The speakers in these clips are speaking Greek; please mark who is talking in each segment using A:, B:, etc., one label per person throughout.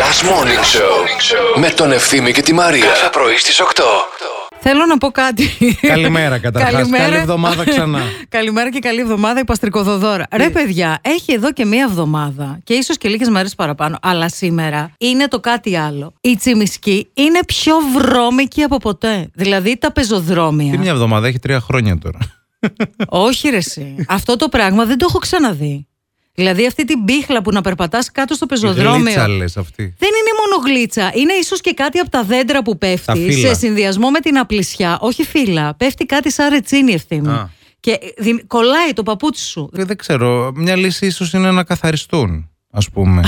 A: Last Morning Show με τον Ευθύμη και τη Μαρία. Κάθε πρωί στις 8.
B: Θέλω να πω κάτι.
C: Καλημέρα καταρχάς.
B: Καλημέρα.
C: Καλή εβδομάδα ξανά. Ε.
B: Καλημέρα και καλή εβδομάδα, η Παστρικοδοδόρα. Ρε, παιδιά, έχει εδώ και μία εβδομάδα και ίσως και λίγες μέρες παραπάνω, αλλά σήμερα είναι το κάτι άλλο. Η τσιμισκή είναι πιο βρώμικη από ποτέ. Δηλαδή τα
C: Τι
B: πεζοδρόμια.
C: μια εβδομάδα, έχει τρία χρόνια τώρα.
B: Όχι, ρε, εσύ. Αυτό το πράγμα δεν το έχω ξαναδεί. Δηλαδή αυτή την πίχλα που να περπατάς κάτω στο πεζοδρόμιο.
C: Γλίτσα λες αυτή.
B: Δεν είναι μόνο γλίτσα. Είναι ίσως και κάτι από τα δέντρα που
C: Τα
B: πέφτει
C: φύλλα.
B: σε συνδυασμό με την απλησιά. Όχι φύλλα. Πέφτει κάτι σαν ρετσίνη ευθύνη.
C: Α.
B: Και ε, δι- κολλάει το παπούτσι σου.
C: Ε, Δεν ξέρω, μια λύση ίσως είναι να καθαριστούν, ας πούμε.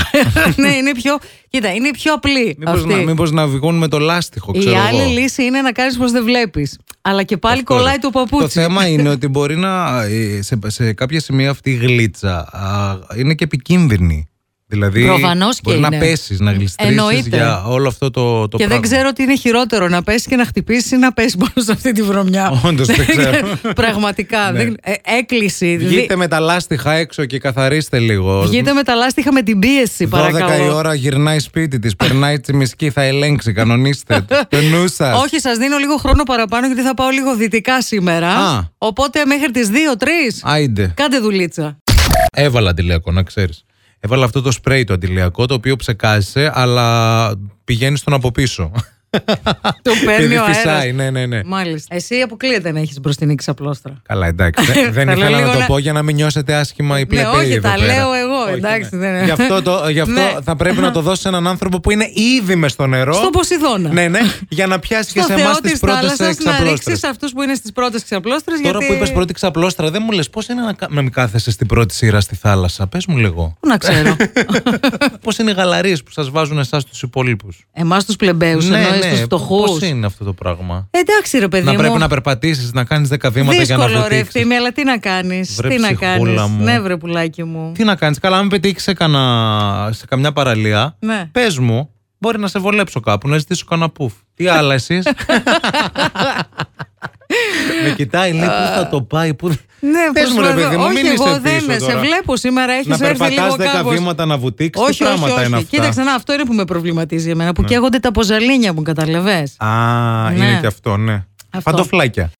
B: ναι, είναι πιο. Κοίτα, είναι πιο απλή
C: μήπως,
B: αυτή.
C: να, μήπως να βγουν με το λάστιχο,
B: Η
C: ξέρω
B: άλλη
C: εγώ.
B: λύση είναι να κάνεις πως δεν βλέπεις. Αλλά και πάλι
C: Αυτό.
B: κολλάει το παπούτσι.
C: Το θέμα είναι ότι μπορεί να. ε, σε, σε κάποια σημεία αυτή η γλίτσα α, είναι και επικίνδυνη. Δηλαδή.
B: Προφανώς και
C: μπορεί να
B: είναι.
C: πέσεις, να γλιστρήσεις
B: Εννοείται.
C: για όλο αυτό το, το
B: και
C: πράγμα.
B: δεν ξέρω τι είναι χειρότερο, να πέσεις και να χτυπήσεις ή να πέσεις πάνω σε αυτή τη βρωμιά.
C: Όντως, δεν ξέρω. Ναι.
B: Πραγματικά. δεν- ε, έκκληση. Δι-
C: Βγείτε με τα λάστιχα έξω και καθαρίστε λίγο.
B: Βγείτε με τα λάστιχα με την πίεση,
C: 12
B: παρακαλώ.
C: η ώρα γυρνάει σπίτι της, περνάει τσιμισκή, θα ελέγξει, κανονίστε. το. Το νου σας.
B: Όχι, σας δίνω λίγο χρόνο παραπάνω γιατί θα πάω λίγο δυτικά σήμερα.
C: Α.
B: Οπότε μέχρι τις 2-3.
C: Άιντε.
B: Κάντε δουλίτσα.
C: Έβαλα αντιλιακό, να ξέρεις. Έβαλα αυτό το σπρέι το αντιλιακό, το οποίο ψεκάζεσαι, αλλά πηγαίνεις στον από πίσω.
B: Το παίρνει
C: Επειδή
B: ο αέρα.
C: φυσάει, ναι, ναι, ναι.
B: Μάλιστα. Εσύ αποκλείεται να έχεις μπροστινή ξαπλώστρα.
C: Καλά, εντάξει. Δεν- Δεν
B: Θα λέω
C: ήθελα να
B: λίγο
C: το
B: να-
C: πω για να μην νιώσετε άσχημα οι
B: Ναι,
C: πλεπέδοι.
B: όχι,
C: εδώ
B: τα
C: Ε, πέρα.
B: λέω εγώ.
C: Όχι,
B: εντάξει,
C: ναι.
B: δεν
C: Γι' αυτό, το, γι αυτό
B: Ναι.
C: θα πρέπει να το δώσει έναν άνθρωπο που είναι ήδη μες στο νερό.
B: Στο Ποσειδώνα.
C: Ναι, ναι, για να πιάσει και
B: Στο
C: σε
B: Θεό
C: εμάς
B: της
C: τις πρώτες
B: θάλασσας να
C: εξαπλώστρε.
B: ρίξει αυτούς που είναι στις πρώτες ξαπλώστρες.
C: Τώρα
B: γιατί...
C: που είπες πρώτη ξαπλώστρα, δεν μου λες πώς είναι να, κα- να μην κάθεσαι στην πρώτη σειρά στη θάλασσα. Πες μου λίγο.
B: Πού να ξέρω.
C: Ναι, πώς είναι οι γαλαρίες που σας βάζουν εσάς τους υπόλοιπου.
B: Εμάς τους πλεμπαίους, εννοεί του φτωχούς.
C: Πώς Ναι, είναι αυτό το πράγμα.
B: Ε, Εντάξει, ρε παιδί
C: να
B: μου.
C: πρέπει να περπατήσεις, να κάνεις 10 βήματα για να
B: Δύσκολο ρε
C: βουτήξεις.
B: ευθύμη, αλλά τι να κάνεις.
C: Βρε,
B: Τι να
C: ψυχούλα
B: κάνεις.
C: μου.
B: Ναι, βρε πουλάκι μου.
C: Τι να κάνεις. Καλά, αν πετύχεις σε, κανα... σε καμιά παραλία,
B: Ναι.
C: πες μου, μπορεί να σε βολέψω κάπου, να ζητήσω κανένα πουφ. Τι άλλα εσείς. Με κοιτάει, λέει, πού θα το πάει, πού.
B: Ναι,
C: Πες μου, ρε
B: προσπαθώ.
C: παιδί μου,
B: Όχι,
C: μην
B: εγώ
C: είστε
B: δεν
C: πίσω
B: σε
C: τώρα.
B: βλέπω σήμερα. Έχεις
C: να
B: έρθει
C: περπατά
B: λίγο
C: 10
B: κάπως.
C: βήματα να βουτήξεις.
B: Όχι, όχι,
C: Τι πράγματα
B: όχι.
C: είναι αυτά. Ναι.
B: Κοίταξε να, αυτό είναι που με προβληματίζει εμένα. Που καίγονται τα ποζαλίνια μου, καταλαβέ.
C: Α,
B: Ναι.
C: είναι και αυτό, ναι.
B: Αυτό.
C: Παντοφλάκια.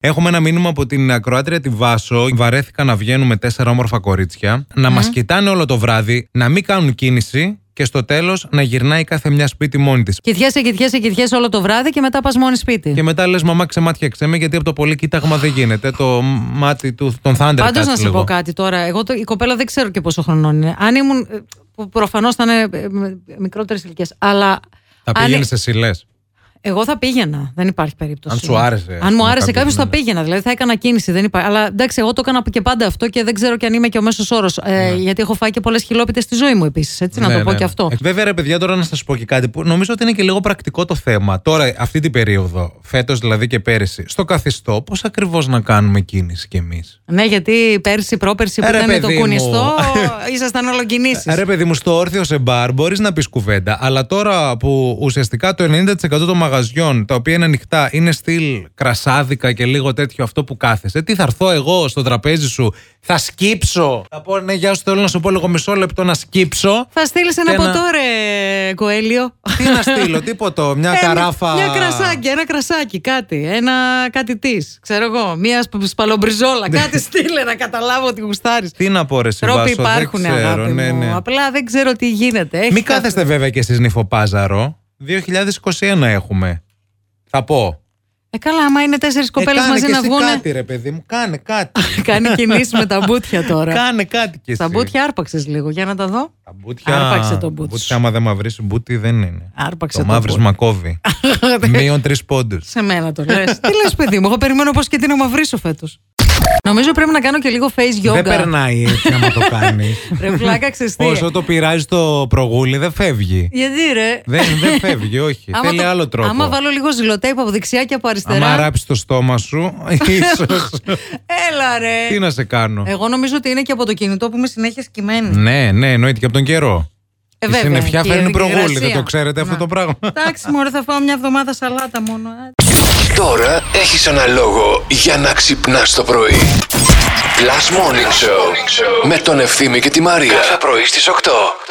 C: Έχουμε ένα μήνυμα από την ακροάτρια τη Βάσο. Βαρέθηκα να βγαίνουμε τέσσερα όμορφα κορίτσια, να
B: Ναι.
C: μας μα κοιτάνε όλο το βράδυ, να μην κάνουν κίνηση και στο τέλος να γυρνάει κάθε μια σπίτι μόνη της.
B: Κοιτιέσαι, κοιτιέσαι, κοιτιέσαι όλο το βράδυ και μετά πας μόνη σπίτι.
C: Και μετά λες, μαμά, ξεμάτιαξε με, γιατί από το πολύ κοίταγμα δεν γίνεται. Το μάτι του, τον Thunder
B: Πάντω να σου πω κάτι τώρα. Εγώ το, η κοπέλα δεν ξέρω και πόσο χρονών είναι. Αν ήμουν. ε, που προφανώς θα είναι ε, μικρότερες ηλικίες. Αλλά.
C: Θα
B: αν-
C: πηγαίνει σε σιλέ.
B: Εγώ θα πήγαινα. Δεν υπάρχει περίπτωση.
C: Αν σου άρεσε, ας
B: Αν μου
C: πούμε,
B: άρεσε
C: κάποιος,
B: κάποιος, θα
C: ναι.
B: πήγαινα. Δηλαδή θα έκανα κίνηση. Δεν υπάρχει. Αλλά εντάξει, εγώ το έκανα και πάντα αυτό και δεν ξέρω και αν είμαι και ο μέσος όρος. Ε,
C: Ναι.
B: Γιατί έχω φάει και πολλές χιλόπιτες στη ζωή μου επίσης. Έτσι, να το πω και αυτό.
C: Ε, Βέβαια, ρε παιδιά, τώρα να σας πω και κάτι που νομίζω ότι είναι και λίγο πρακτικό το θέμα. Τώρα, αυτή την περίοδο, φέτος δηλαδή και πέρυσι, στο καθιστό, πώς ακριβώς να κάνουμε κίνηση κι εμείς.
B: Ναι, γιατί πέρσι, πρόπερσι που
C: Ε, ρε,
B: ήταν το
C: παιδί μου.
B: κουνιστό, ήσασταν όλο κινήσεις.
C: Ρε παιδί μου, στο όρθιο σε μπαρ μπορείς να πεις κουβέντα, αλλά τώρα που ουσιαστικά το 90% των μαγαζιών τα οποία είναι ανοιχτά είναι στυλ κρασάδικα και λίγο τέτοιο αυτό που κάθεσαι, τι θα έρθω εγώ στο τραπέζι σου, θα σκύψω. Θα πω ναι, γεια σου, θέλω να σου πω λίγο μισό λεπτό να σκύψω.
B: Θα στείλεις ένα
C: Και ένα-
B: ποτό, ρε Κοέλιο.
C: τι να στείλω, τίποτα, μια
B: Ένα-
C: καράφα.
B: Ε, Μια κρασάκι, ένα κρασάκι, κάτι. Ένα κάτι της. Ξέρω εγώ. Μια σπ- σπαλομπριζόλα.
C: Ναι.
B: κάτι στείλε να καταλάβω ότι γουστάρεις.
C: Τι να πω, ρε Σιβάσο,
B: Τρόποι
C: δεν
B: υπάρχουν,
C: ξέρω,
B: αγάπη
C: ναι,
B: μου.
C: ναι.
B: Απλά δεν ξέρω τι γίνεται. Έχει
C: Μην
B: τα-
C: κάθεστε βέβαια και εσείς νυφοπάζαρο. 2021 έχουμε. Θα πω.
B: Ε, καλά, άμα είναι τέσσερις κοπέλες
C: κάνε
B: μαζί
C: κι
B: να
C: εσύ
B: βγουν.
C: κάτι ρε παιδί μου, κάνε κάτι.
B: Κάνει κινήσεις με τα μπούτια τώρα.
C: κάνε κάτι κι εσύ.
B: Τα μπούτια άρπαξες λίγο, για να τα δω.
C: Τα μπούτια.
B: Άρπαξε το μπούτι
C: μπούτια,
B: σου.
C: άμα δεν μαυρίσει μπούτι δεν είναι.
B: Άρπαξε
C: το
B: το
C: μαύρισμα κόβει. Μείον τρεις πόντους.
B: Σε μένα το λες. Τι λες, παιδί μου, εγώ περιμένω πώς και τι να μαυρίσω φέτος. Νομίζω πρέπει να κάνω και λίγο face yoga.
C: Δεν περνάει έτσι άμα το κάνεις.
B: Ρε φλάκα, ξέρεις τι.
C: Όσο το πειράζει το προγούλι δεν φεύγει.
B: Γιατί ρε.
C: δεν, δεν φεύγει, όχι.
B: Άμα
C: Θέλει
B: το-
C: άλλο τρόπο.
B: Άμα βάλω λίγο ζηλοτέιπ από δεξιά και από αριστερά.
C: άμα ράψει το στόμα σου, ίσως.
B: Έλα ρε.
C: τι να σε κάνω.
B: Ε, Εγώ νομίζω ότι είναι και από το κινητό που είμαι συνέχεια σκημένη.
C: Ναι, ναι, εννοείται και από τον καιρό.
B: Ε,
C: Η
B: βέβαια,
C: συννεφιά
B: και η
C: φέρνει
B: υγρασία.
C: προγούλη, δεν το ξέρετε αυτό το πράγμα.
B: Εντάξει, μωρέ, θα φάω μια εβδομάδα σαλάτα μόνο. ε.
A: Τώρα έχεις ένα λόγο για να ξυπνάς το πρωί. Last Morning Show με τον Ευθύμη και τη Μαρία. Κάθε πρωί στις 8.